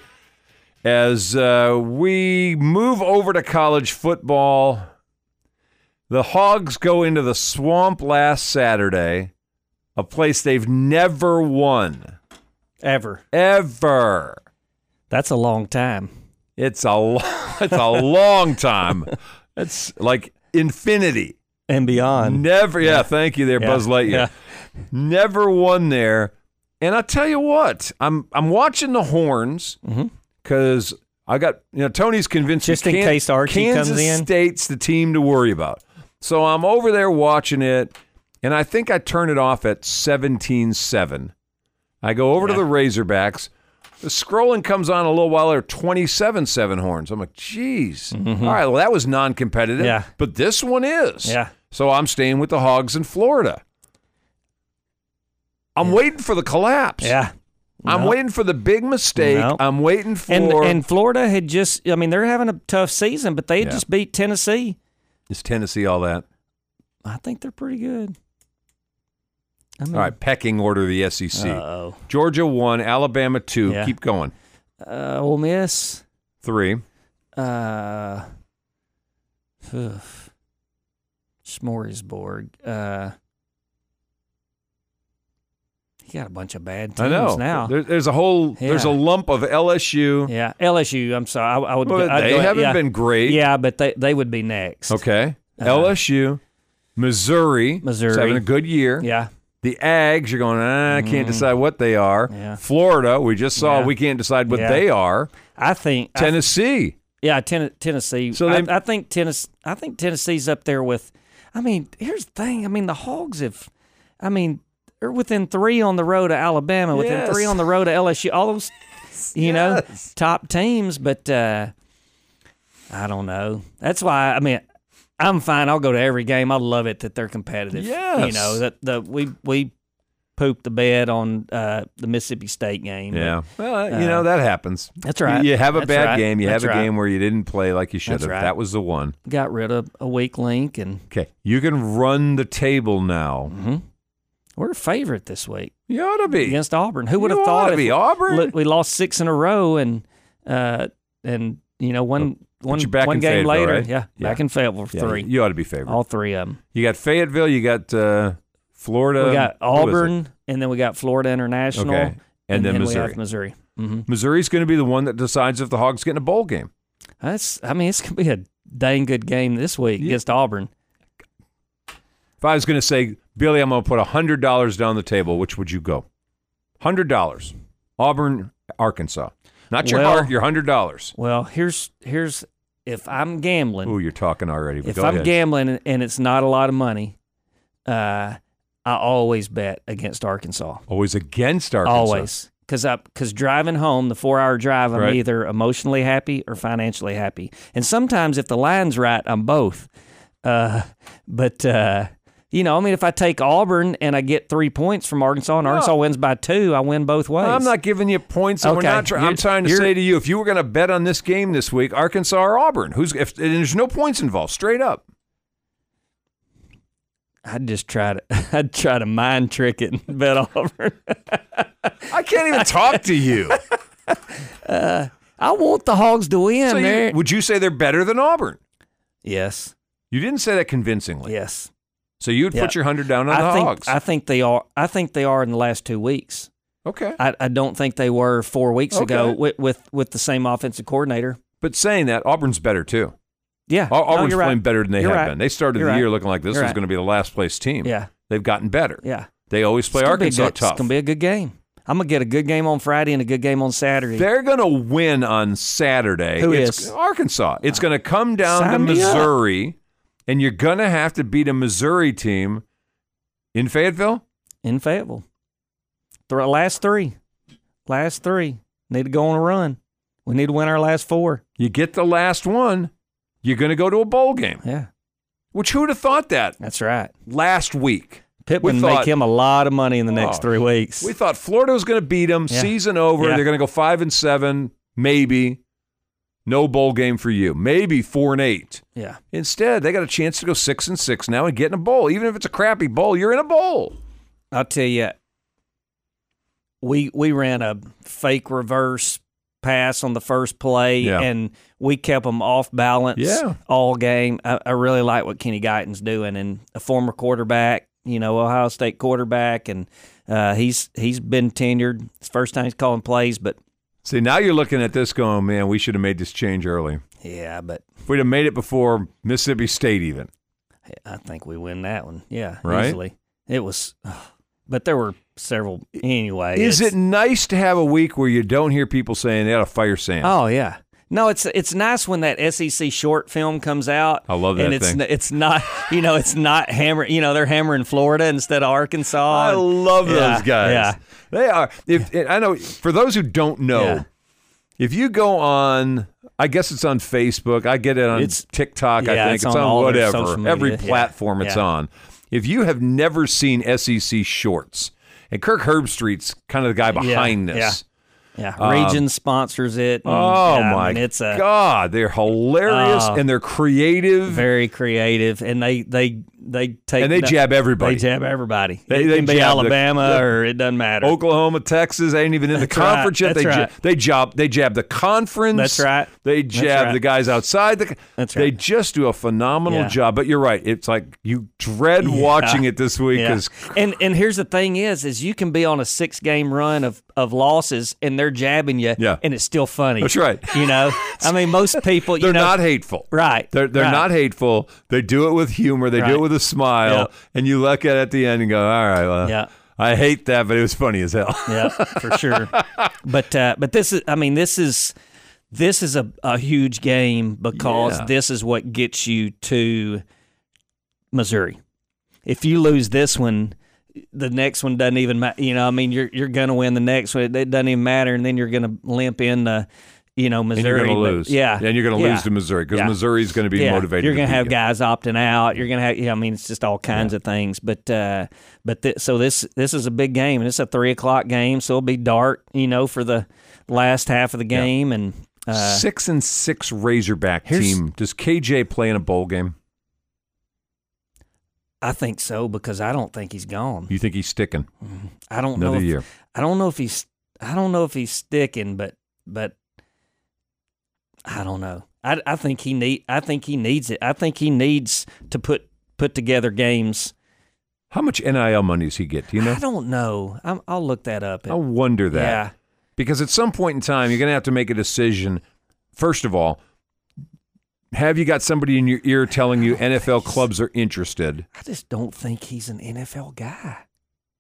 as uh, we move over to college football. The Hogs go into the swamp last Saturday, a place they've never won,
Ever.
ever.
That's a long time.
It's a, lo- it's a long time. It's like infinity.
And beyond.
Never, yeah, thank you there, Buzz Lightyear.
yeah.
Never won there. And I tell you what, I'm I'm watching the horns because I got you know Tony's convinced me
Mm-hmm. Just in
Kan-
case Archie
Kansas
comes in.
State's the team to worry about. So I'm over there watching it, and I think I turn it off at 17-7. I go over to the Razorbacks. The scrolling comes on a little while later, 27-7 horns. I'm like, geez. All right, well, that was non-competitive.
Mm-hmm. Yeah.
But this one is.
Yeah.
So I'm staying with the Hogs in Florida. I'm waiting for the collapse.
Yeah.
I'm
No.
waiting for the big mistake.
No.
I'm waiting for
And and Florida had just I mean they're having a tough season, but they had
Yeah.
just beat Tennessee.
is Tennessee all that?
I think they're pretty good. I mean,
All right, pecking order of the SEC.
Uh-oh.
Georgia one, Alabama two.
Uh. Yeah.
Keep going.
Uh, Ole Miss.
Three.
Uh, ugh. Smorgasbord. Uh, he got a bunch of bad teams
I know.
now.
There- there's a whole. There's a
Yeah.
lump of LSU.
yeah, LSU. I'm sorry. I, I would.
Well,
I'd
they
go-
haven't
yeah.
been great.
Yeah, but they they would be next.
Okay.
Uh,
LSU, Missouri.
Missouri.
is having a good year.
Yeah. Mm.
The Ags, you're going. Ah, I can't decide what they are.
Yeah.
Florida, we just saw.
Yeah.
We can't decide what
Yeah.
they are.
I think I
Tennessee.
Yeah, ten- Tennessee.
So
So
they-
I, I think Tennessee. I think Tennessee's up there with. I mean, here's the thing. I mean, the Hogs have. I mean, they're within three on the road to Alabama. Within
Yes.
three on the road to LSU. All those, you know, top teams. But uh, I don't know. That's why. I mean. I'm fine. I'll go to every game. I love it that they're competitive. you
Yes.
know that the we we pooped the bed on uh, the Mississippi State game. but uh,
Yeah. Well, you know, that happens.
that's right.
You have a
That's
bad
right.
game. You
That's
have a
right.
game where you didn't play like you should
That's
have.
right.
That was the one.
got rid of a weak link and
Okay. You can run the table now.
We're a favorite this week
You ought to be.
against Auburn. Who would
You
have
ought
thought
to
if
be. Auburn?
Look, we lost six in a row and uh, and you know one one
you back
one
in
game
Fayetteville,
later,
right?
yeah,
Yeah.
back in Fayetteville for
Yeah,
three,
You ought to be favored.
all three of them.
You got Fayetteville. You got uh, Florida.
we got
who is it?
Auburn and then we got Florida International
Okay. And then
we
Missouri.
have Missouri. hmm
Missouri's going to be the one that decides if the Hogs get in a bowl game.
That's I mean it's gonna be a dang good game this week
Yeah.
against Auburn.
If I was going to say, Billy, I'm going to put $100 down the table, which would you go? $100. Auburn, Arkansas. Not your
Well-
heart, your $100.
Well, here's here's if I'm gambling,
Ooh, you're talking already. But
if
go
I'm
ahead.
gambling and it's not a lot of money, uh, I always bet against Arkansas.
Always against Arkansas.
Always. Because I, because driving home, the four hour drive, I'm
Right.
either emotionally happy or financially happy. And sometimes, if the line's right, I'm both. Uh, but, uh, you know, I mean, if I take Auburn and I get three points from Arkansas and Arkansas wins by two, I win both ways.
I'm not giving you points. And
Okay.
we're not try- I'm
You're-
trying to
you're-
say to you, if you were going to bet on this game this week, Arkansas or Auburn, who's if and there's no points involved, straight up.
I'd just try to, I'd try to mind trick it and bet Auburn.
I can't even talk to you.
I want the Hogs to win.
So you-
They're-
would you say they're better than Auburn?
yes.
You didn't say that convincingly.
Yes.
So you'd
Yeah.
put your hundred down on
I
the
think,
Hogs.
I think they are. I think they are in the last two weeks.
okay.
I, I don't think they were four weeks ago
Okay.
with, with with the same offensive coordinator.
but saying that, Auburn's better too.
Yeah,
Au-
No,
Auburn's
Oh, you're right.
playing better than they
You're
have
right.
been. They started
You're
the
right.
year looking like this
You're
was
right.
going to be the last place team.
Yeah.
They've gotten better.
Yeah,
They always play
It's gonna be a
Arkansas
good-
tough.
It's gonna be a good game. I'm gonna get a good game on Friday and a good game on Saturday.
They're going to win on Saturday.
Who
it's
is?
Arkansas. It's going to come down to
Sign me up.
Missouri, and you're going to have to beat a Missouri team in Fayetteville.
in Fayetteville. Th- last three, last three need to go on a run. We need to win our last four.
You get the last one, you're going to go to a bowl game.
Yeah,
Which who'd have thought that
that's right.
last week?
Pittman
thought-
make him a lot of money in the next
Oh,
three weeks.
We thought Florida was going to beat them.
Yeah.
Season over.
Yeah.
They're going to go five and seven, maybe. No bowl game for you. Maybe four and eight.
yeah,
Instead, they got a chance to go six and six now and get in a bowl. Even if it's a crappy bowl, you're in a bowl.
I'll tell you, we we ran a fake reverse pass on the first play,
Yeah.
and we kept them off balance
Yeah.
all game. I, I really like what Kenny Guyton's doing, and a former quarterback, you know, Ohio State quarterback, and uh, he's he's been tenured. It's the first time he's calling plays, but
See, now you're looking at this going, man, we should have made this change early.
yeah, but
If we'd have made it before Mississippi State, even.
I think we win that one. Yeah,
Right?
easily. It was. ugh. but there were several anyway.
Is
it's-
it nice to have a week where you don't hear people saying they ought to fire Sam?
Oh yeah. No, it's it's nice when that SEC short film comes out.
I love that
and it's
thing.
n- it's not you know it's not hammering you know they're hammering Florida instead of Arkansas.
I
And-
love
uh, Yeah,
those guys.
Yeah,
They are. If I know, for those who don't know,
Yeah.
if you go on, I guess it's on Facebook. I get it on
It's-
TikTok. I
yeah,
think
it's on all their social
whatever,
media.
every
Yeah.
platform it's
Yeah.
on. If you have never seen SEC shorts, and Kirk Herbstreit's kind of the guy behind this.
yeah. yeah. Region sponsors it. and,
Um, Oh
yeah, I
my
mean, it's uh, a Oh.
God! They're hilarious and they're creative.
very creative, and they they they take
And they
no-
jab everybody.
They jab everybody.
They-
it
they
can be
jab the-
Alabama
the-
or it doesn't matter.
Oklahoma, Texas, ain't even in the
right.
conference yet.
That's
They,
right.
ja- they job they jab the conference.
That's right.
They
That's
jab
right.
the guys outside the.
That's
They
right.
just do a phenomenal
Yeah.
job. But you're right. It's like you dread watching it this week
Yeah.
because
And and here's the thing is is you can be on a six game run of, of losses and they're jabbing you
Yeah.
and it's still funny.
That's right.
You know? I mean most people you
they're
know,
not hateful.
Right,
They're they're
right.
not hateful. They do it with humor. They do
Right.
it with a smile.
Yep.
And you look at it at the end and go, all right. Well,
Yeah.
I hate that, but it was funny as hell.
Yeah, for sure. but uh, but this is I mean this is this is a, a huge game because
Yeah.
this is what gets you to Missouri. If you lose this one, the next one doesn't even matter. You know, I mean, you're you're gonna win the next one. It doesn't even matter, and then you're gonna limp in the, you know,
And
Missouri.
you're going to
but-
lose.
yeah,
And you're going to
yeah.
lose to Missouri because
Yeah.
Missouri's going to be
Yeah,
motivated.
You're
to
gonna
beat
have
you.
guys opting out. You're gonna have, yeah, I mean, it's just all kinds of things. But uh, but th- so this this is a big game, and it's a three o'clock game, so it'll be dark, you know, for the last half of the game. And uh,
six and six Razorback
Here's-
team. Does KJ play in a bowl game?
I think so because I don't think he's gone.
You think he's sticking
I don't know.
another
If,
year?
I don't know if he's I don't know if he's sticking, but but I don't know. I, I think he need I think he needs it. I think he needs to put put together games.
How much NIL money does he get? Do you know?
I don't know. I'm, I'll look that up.
I wonder that
Yeah.
because at some point in time you're going to have to make a decision. First of all, have you got somebody in your ear telling you NFL clubs are interested?
I just don't think he's an NFL guy.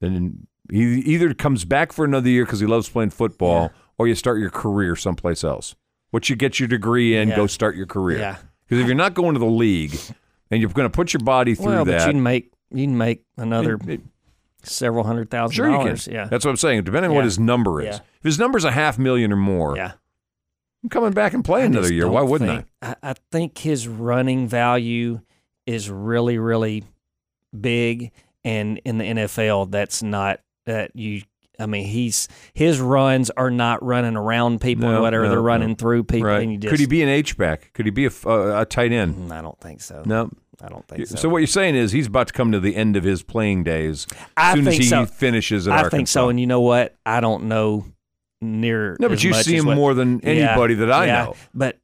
Then he either comes back for another year because he loves playing football, or you start your career someplace else. What you get your degree in,
Yeah.
go start your career.
Yeah.
Because if you're not going to the league and you're going to put your body through
well,
that,
but you can make you can make another
It- it-
several hundred thousand
sure you can.
dollars. Yeah.
That's what I'm saying. Depending on what
Yeah.
his number is.
Yeah.
If his number's a half million or more,
yeah.
I'm coming back and playing
I
another
just
year.
don't
Why wouldn't
think, I? I think his running value is really, really big, and in the NFL, that's not that you. I mean, he's his runs are not running around people
No,
or whatever.
no,
they're
no.
running
I?
through people,
Right.
and you just Mm,
Could he be an H-back? Could he be a, f- uh, a tight end?
I don't think so.
No.
Mm-hmm. I don't think so.
So what you're saying is he's about to come to the end of his playing days
I
as soon as
think
he
so.
finishes at
I
Arkansas.
think so, and you know what? I don't know near.
No, but
as
you
much
see
as
him
what-
more than
Yeah,
anybody that I
yeah.
know.
But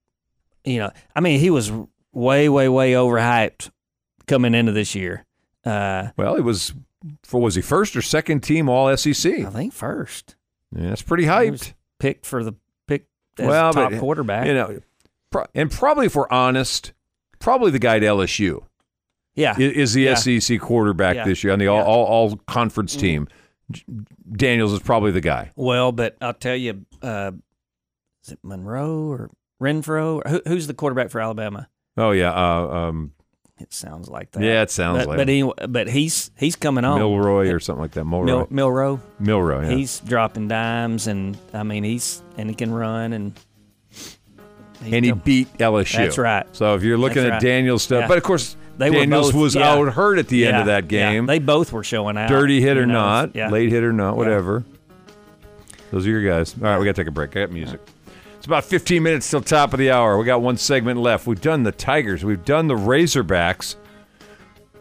you know, I mean, he was way, way, way overhyped coming into this year. Uh,
Well, he was for was he first or second team All SEC?
I think first
Yeah, that's pretty
He
hyped.
was picked for the pick as
Well,
top
but,
quarterback.
You know, pro- and probably if we're honest, probably the guy at LSU.
yeah,
i- is the
Yeah.
SEC quarterback
Yeah. Mm-hmm.
this year on the all,
Yeah.
all, all conference team. J- Daniels is probably the guy.
well, but I'll tell you, uh, is it Monroe or Renfro? Or who, who's the quarterback for Alabama?
Oh yeah, uh, um,
It sounds like that.
Yeah, it sounds
but,
like
But
it.
anyway, but he's he's coming on.
Milroy or something like that. Milroy.
Oh. Mil- Milrow.
Milroy. Yeah.
He's dropping dimes, and I mean, he's and he can run, and he's
and he
go-
beat LSU.
That's right.
So if you're looking
That's
at
right.
Daniels stuff,
Yeah.
but of course
They were
Daniels
both-
was
yeah.
out hurt at the end of
Yeah,
that
yeah.
game.
They both were showing out.
Dirty hit
you
or
know,
not,
yeah.
late hit or not, whatever. Those are your guys. All right, we got to take a break. I got music. It's about 15 minutes till top of the hour. We got one segment left. We've done the Tigers. We've done the Razorbacks.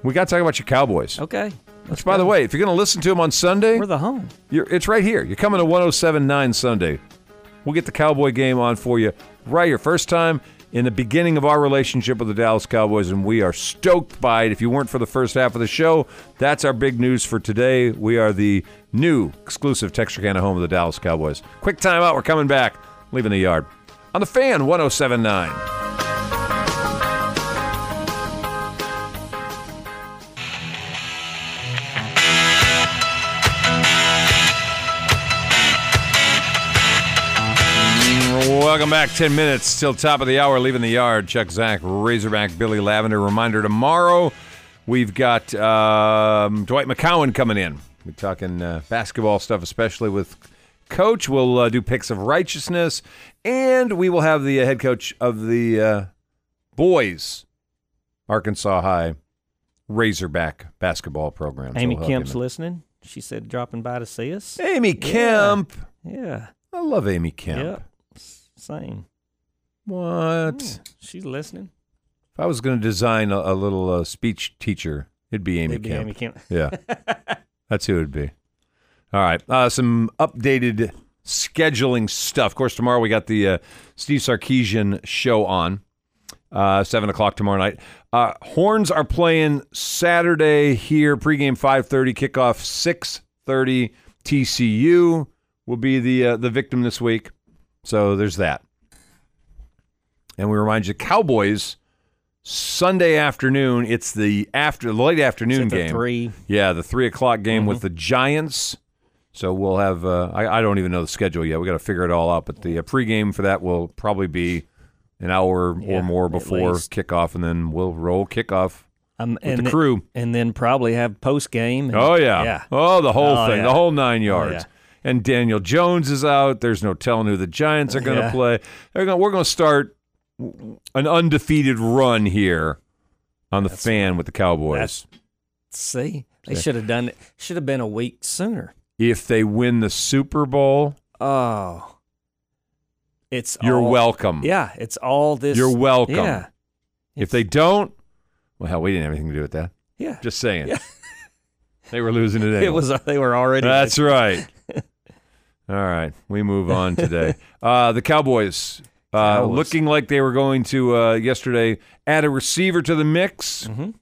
We got to talk about your Cowboys.
Okay.
Which, by the way, if you're going to listen to them on Sunday,
Oh, we're the home.
you're, it's right here. You're coming to 1079 Sunday. We'll get the Cowboy game on for you right here. First time in the beginning of our relationship with the Dallas Cowboys, and we are stoked by it. If you weren't for the first half of the show, that's our big news for today. We are the new exclusive Texarkana home of the Dallas Cowboys. Quick timeout. We're coming back. Leaving the yard. On the fan, 1079.
Don't
Welcome back. 10 minutes till top of the hour, leaving the yard. Chuck Zach, Razorback, Billy Lavender. Reminder tomorrow, we've got um, Dwight McCowan coming in. We're talking uh, basketball stuff, especially with coach. We'll uh, do picks of righteousness, and we will have the uh, head coach of the uh, boys, Arkansas High Razorback basketball program. So
Amy
we'll have
Kemp's
him in.
listening. She said dropping by to see us.
Amy Kemp.
Yeah.
I love Amy Kemp.
Yep. S- Same.
What?
She's listening.
If I was going to design a, a little uh, speech teacher, it'd be Amy
It'd be
Kemp.
Amy Kemp.
Yeah, that's who it'd be. All right, uh, some updated scheduling stuff. Of course, tomorrow we got the uh, Steve Sarkeesian show on uh, seven o'clock tomorrow night. Uh, Horns are playing Saturday here. Pregame five thirty, kickoff six thirty. TCU will be the uh, the victim this week, so there's that. And we remind you, Cowboys Sunday afternoon. It's the after late afternoon
It's at the
game.
three.
Yeah, the three o'clock game
Mm-hmm.
with the Giants. So we'll have. Uh, I, I don't even know the schedule yet. We got to figure it all out. But the uh, pregame for that will probably be an hour
Yeah,
or more
at
before
least.
kickoff, and then we'll roll kickoff.
Um,
the
and the-
crew.
and then probably have post game.
Oh yeah.
yeah.
Oh, the whole
Oh,
thing,
yeah.
the whole nine yards.
yeah.
And Daniel Jones is out. There's no telling who the Giants are going to
Yeah.
play. They're gonna, we're going to start an undefeated run here on the fan with the Cowboys.
that's- See, they should have done it. Should have been a week sooner.
If they win the Super Bowl,
Oh, it's
you're
all-
welcome.
Yeah, it's all this.
You're welcome.
Yeah,
If they don't, well, hell, we didn't have anything to do with that.
yeah.
Just saying. they were losing today.
it was. They were already.
That's right. All right, we move on today. Uh, the Cowboys, uh,
Cowboys.
looking like they were going to uh, yesterday add a receiver to the mix.
Mhm.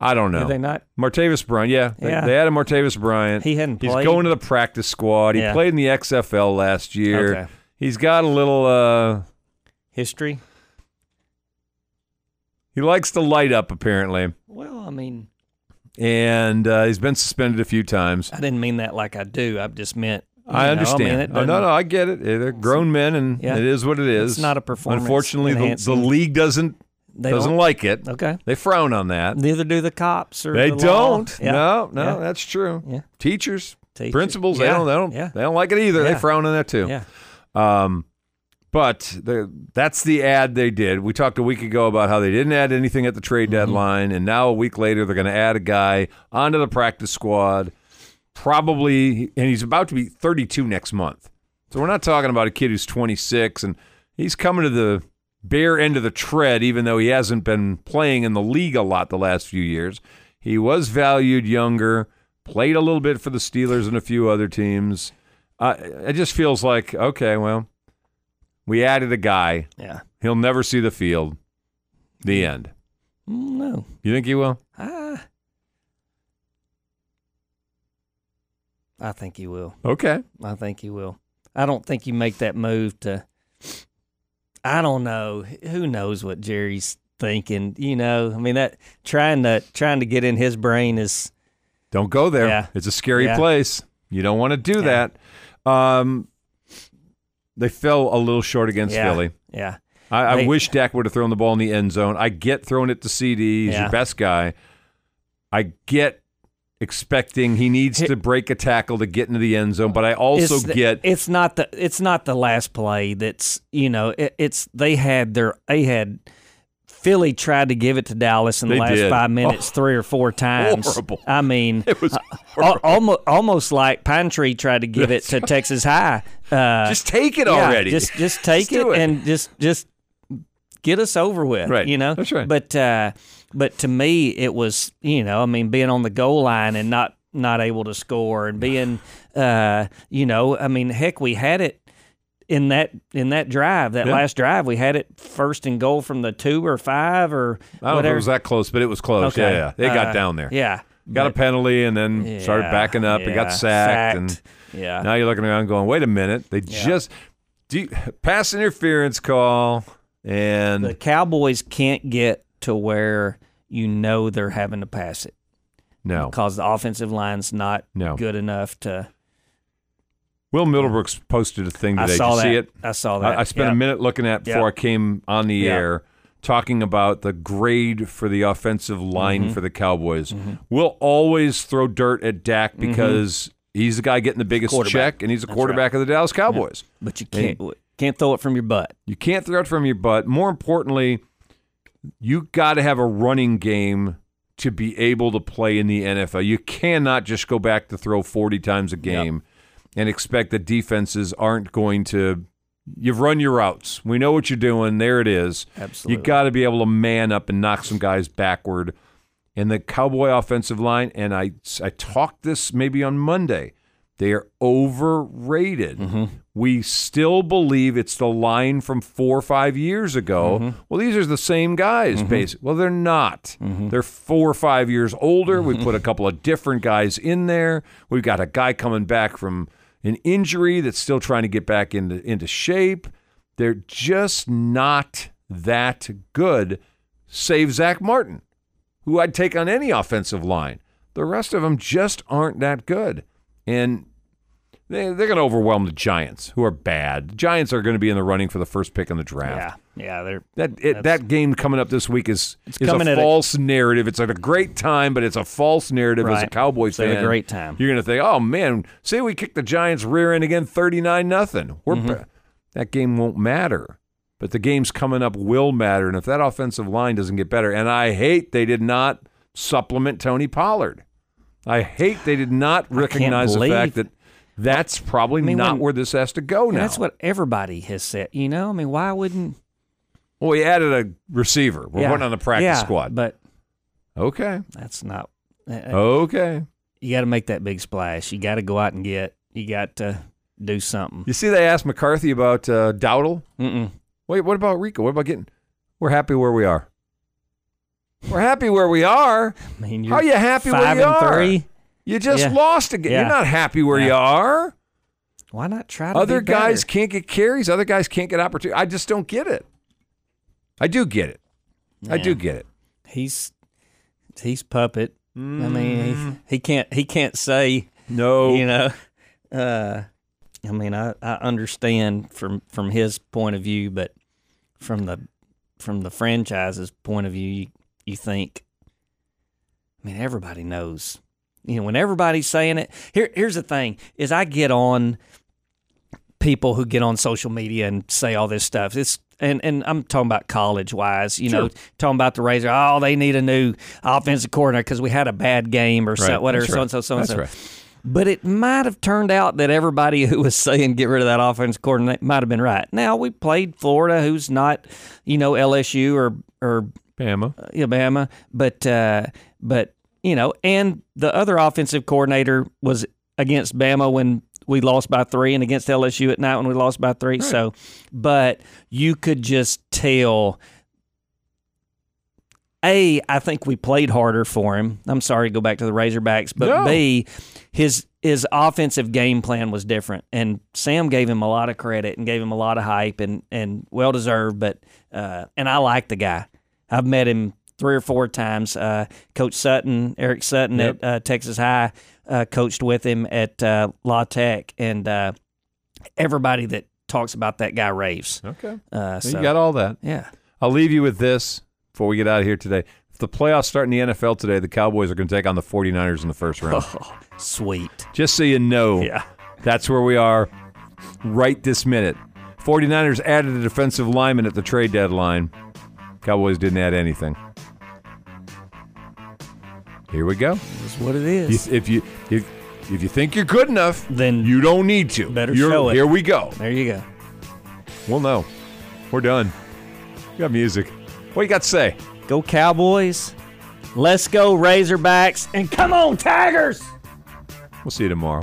I don't know.
Did they not?
Martavis Bryant, yeah, they,
Yeah.
they added Martavis Bryant.
He hadn't
He's
played.
going to the practice squad. He
Yeah.
played in the XFL last year.
Okay.
He's got a little. Uh,
History.
he likes to light up apparently,
Well, I mean,
and uh, he's been suspended a few times.
I didn't mean that like I do. I just meant. you
I
know,
understand.
mean, it
oh, no,
doesn't-
no, I get it. They're grown men, and
Yeah.
it is what it is.
It's not a performance
Unfortunately, the, the
enhancing.
league doesn't
They
doesn't
don't-
like it.
Okay.
They frown on that.
Neither do the cops or
They
the law.
don't.
Yeah.
No, no,
Yeah.
that's true.
Yeah.
Teachers,
Teachers.
principals, they
Yeah.
don't, they don't,
Yeah.
they don't like it either. They
Yeah.
frown on that too.
Yeah.
Um, But the, that's the ad they did. We talked a week ago about how they didn't add anything at the trade deadline, and now a week later they're going to add a guy onto the practice squad. Probably, and he's about to be 32 next month. So we're not talking about a kid who's 26, and he's coming to the bare end of the tread, even though he hasn't been playing in the league a lot the last few years. He was valued younger, played a little bit for the Steelers and a few other teams. Uh, it just feels like, okay, well, we added a guy.
Yeah.
He'll never see the field. The end.
Mm, No.
You think he will?
Ah. I think he will.
Okay.
I think he will. I don't think you make that move to. I don't know. Who knows what Jerry's thinking? You know, I mean that trying to trying to get in his brain is
Don't go there.
Yeah.
It's a scary
Yeah.
place. You don't want to do that. Um, they fell a little short against
yeah,
Philly.
Yeah,
I, I
They-
wish Dak would have thrown the ball in the end zone. I get throwing it to CD. He's
Yeah.
your best guy. I get expecting he needs to break a tackle to get into the end zone, but I also
it's the-
get
it's not the it's not the last play. That's you know it, it's they had their they had Philly tried to give it to Dallas in the
They
last
did. Oh.
five minutes three or four times.
Horrible.
I mean,
it was
almost almost like Pine Tree tried to give it to Texas High. Uh,
just take it
yeah,
already.
Just just take it,
do it.
and just just get us over with.
Right.
You know.
That's right.
But uh, but to me, it was you know, I mean, being on the goal line and not not able to score, and being uh, you know, I mean, heck, we had it. In that in that drive, that
Yeah.
last drive, we had it first and goal from the two or five
I
or
don't know if
whatever.
it was that close, but it was close. Yeah, yeah. They got
Uh,
down there.
Yeah,
Got a penalty and then
But-
started
yeah,
backing up. It
yeah,
got sacked,
sacked. yeah,
and now you're looking around going, "Wait a minute! They just do you- pass interference call." And
the Cowboys can't get to where you know they're having to pass it
no,
because the offensive line's not
No.
good enough to.
Will Middlebrooks posted a thing
I
today. Did
saw
you
that.
see it?
I saw
I-
that.
I spent
Yeah.
a minute looking at it before
Yeah.
I came on the
Yeah.
air talking about the grade for the offensive line
Mm-hmm.
for the Cowboys. We'll always throw dirt at Dak
Mm-hmm.
because he's the guy getting the biggest check and he's a quarterback of the Dallas Cowboys.
But you can't can't throw it from your butt.
You can't throw it from your butt. More importantly, you got to have a running game to be able to play in the NFL. You cannot just go back to throw 40 times a game and expect that defenses aren't going to. You've run your routes. We know what you're doing. There it is.
Absolutely.
You got to be able to man up and knock some guys backward. And the Cowboy offensive line, and I, I talked this maybe on Monday. They are overrated. We still believe it's the line from four or five years ago. Well, these are the same guys, basically. Well, they're not. They're four or five years older. We put a couple of different guys in there. We've got a guy coming back from an injury that's still trying to get back into, into shape. They're just not that good, save Zach Martin who I'd take on any offensive line. The rest of them just aren't that good. And they, they're going to overwhelm the Giants, who are bad. Giants are going to be in the running for the first pick in the
Yeah,
draft.
yeah. They're
That it, that game coming up this week is, is
coming
a
at a-
false narrative. It's at a great time, but it's a false narrative as a
Right.
Cowboys
It's at a
fan.
great time.
You're going to think, oh, man, say we kick the Giants rear end again 39 nothing. We're
Mm-hmm.
ba- That game won't matter. But the games coming up will matter. And if that offensive line doesn't get better, and I hate they did not supplement Tony Pollard. I hate they did not recognize the
believe-
fact that that's probably
mean,
not
when-
where this has to go
and
now.
that's what everybody has said. You know, I mean, why wouldn't?
well, we added a receiver. We're
yeah,
putting on the practice
yeah,
squad. Oh.
But
okay.
that's not. uh, uh,
Okay.
You got to make that big splash. You got to go out and get. You got to do something.
You see, they asked McCarthy about uh, Dowdle.
Mm-mm.
Wait, what about Rico? What about getting? We're happy where we are. We're happy where we are.
I mean,
How you happy where
five
you
and
are?
three?
You just
Yeah.
lost again.
Yeah.
You're not happy where
Yeah.
you are.
Why not try to
Other
be better?
guys can't get carries. Other guys can't get opportunity. I just don't get it. I do get it. I do get it.
He's he's puppet. I mean, he, he can't he can't say
No.
you know uh i mean i i understand from from his point of view but from the from the franchise's point of view you, you think i mean everybody knows you know when everybody's saying it here here's the thing is i get on people who get on social media and say all this stuff it's and, and I'm talking about college wise, you know, talking about the Razor. Oh, they need a new offensive coordinator because we had a bad game or so,
Right,
whatever,
that's
so
right.
and so, so and
That's right.
so. But it might have turned out that everybody who was saying get rid of that offense coordinator might have been right. Now we played Florida, who's not, you know, LSU or or
Bama.
Alabama, but uh, but you know, and the other offensive coordinator was against Bama when we lost by three, and against LSU at night when we lost by three. So, but you could just tell. A, I think we played harder for him. I'm sorry to go back to the Razorbacks, but
No.
B, his his offensive game plan was different, and Sam gave him a lot of credit and gave him a lot of hype and and well deserved. But uh, and I like the guy. I've met him three or four times. Uh, Coach Sutton, Eric Sutton
Yep.
at uh, Texas High, uh, coached with him at uh, La Tech, and uh, everybody that talks about that guy raves.
Okay.
Uh,
You
so
got all that.
yeah,
I'll leave you with this before we get out of here today. If the playoffs start in the NFL today, the Cowboys are going to take on the 49ers in the first round.
sweet.
Just so you know,
Yeah.
that's where we are right this minute. 49ers added a defensive lineman at the trade deadline. Cowboys didn't add anything. Here we go.
That's what it
You-
is.
If you if if you think you're good enough,
Then
you don't need to.
better
You're-
show it.
Here we go.
There you go.
We'll know. We're done. We got music. What you got to say?
Go Cowboys. Let's go Razorbacks. And come on, Tigers!
We'll see you tomorrow.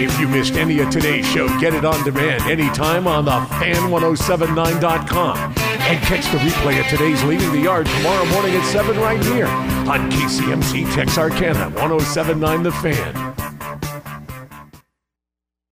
If you missed any of today's show, get it on demand anytime on the fan1079.com. And catch the replay of today's Leaving the Yard tomorrow morning at 7 right here on KCMC Texarkana 1079 The Fan.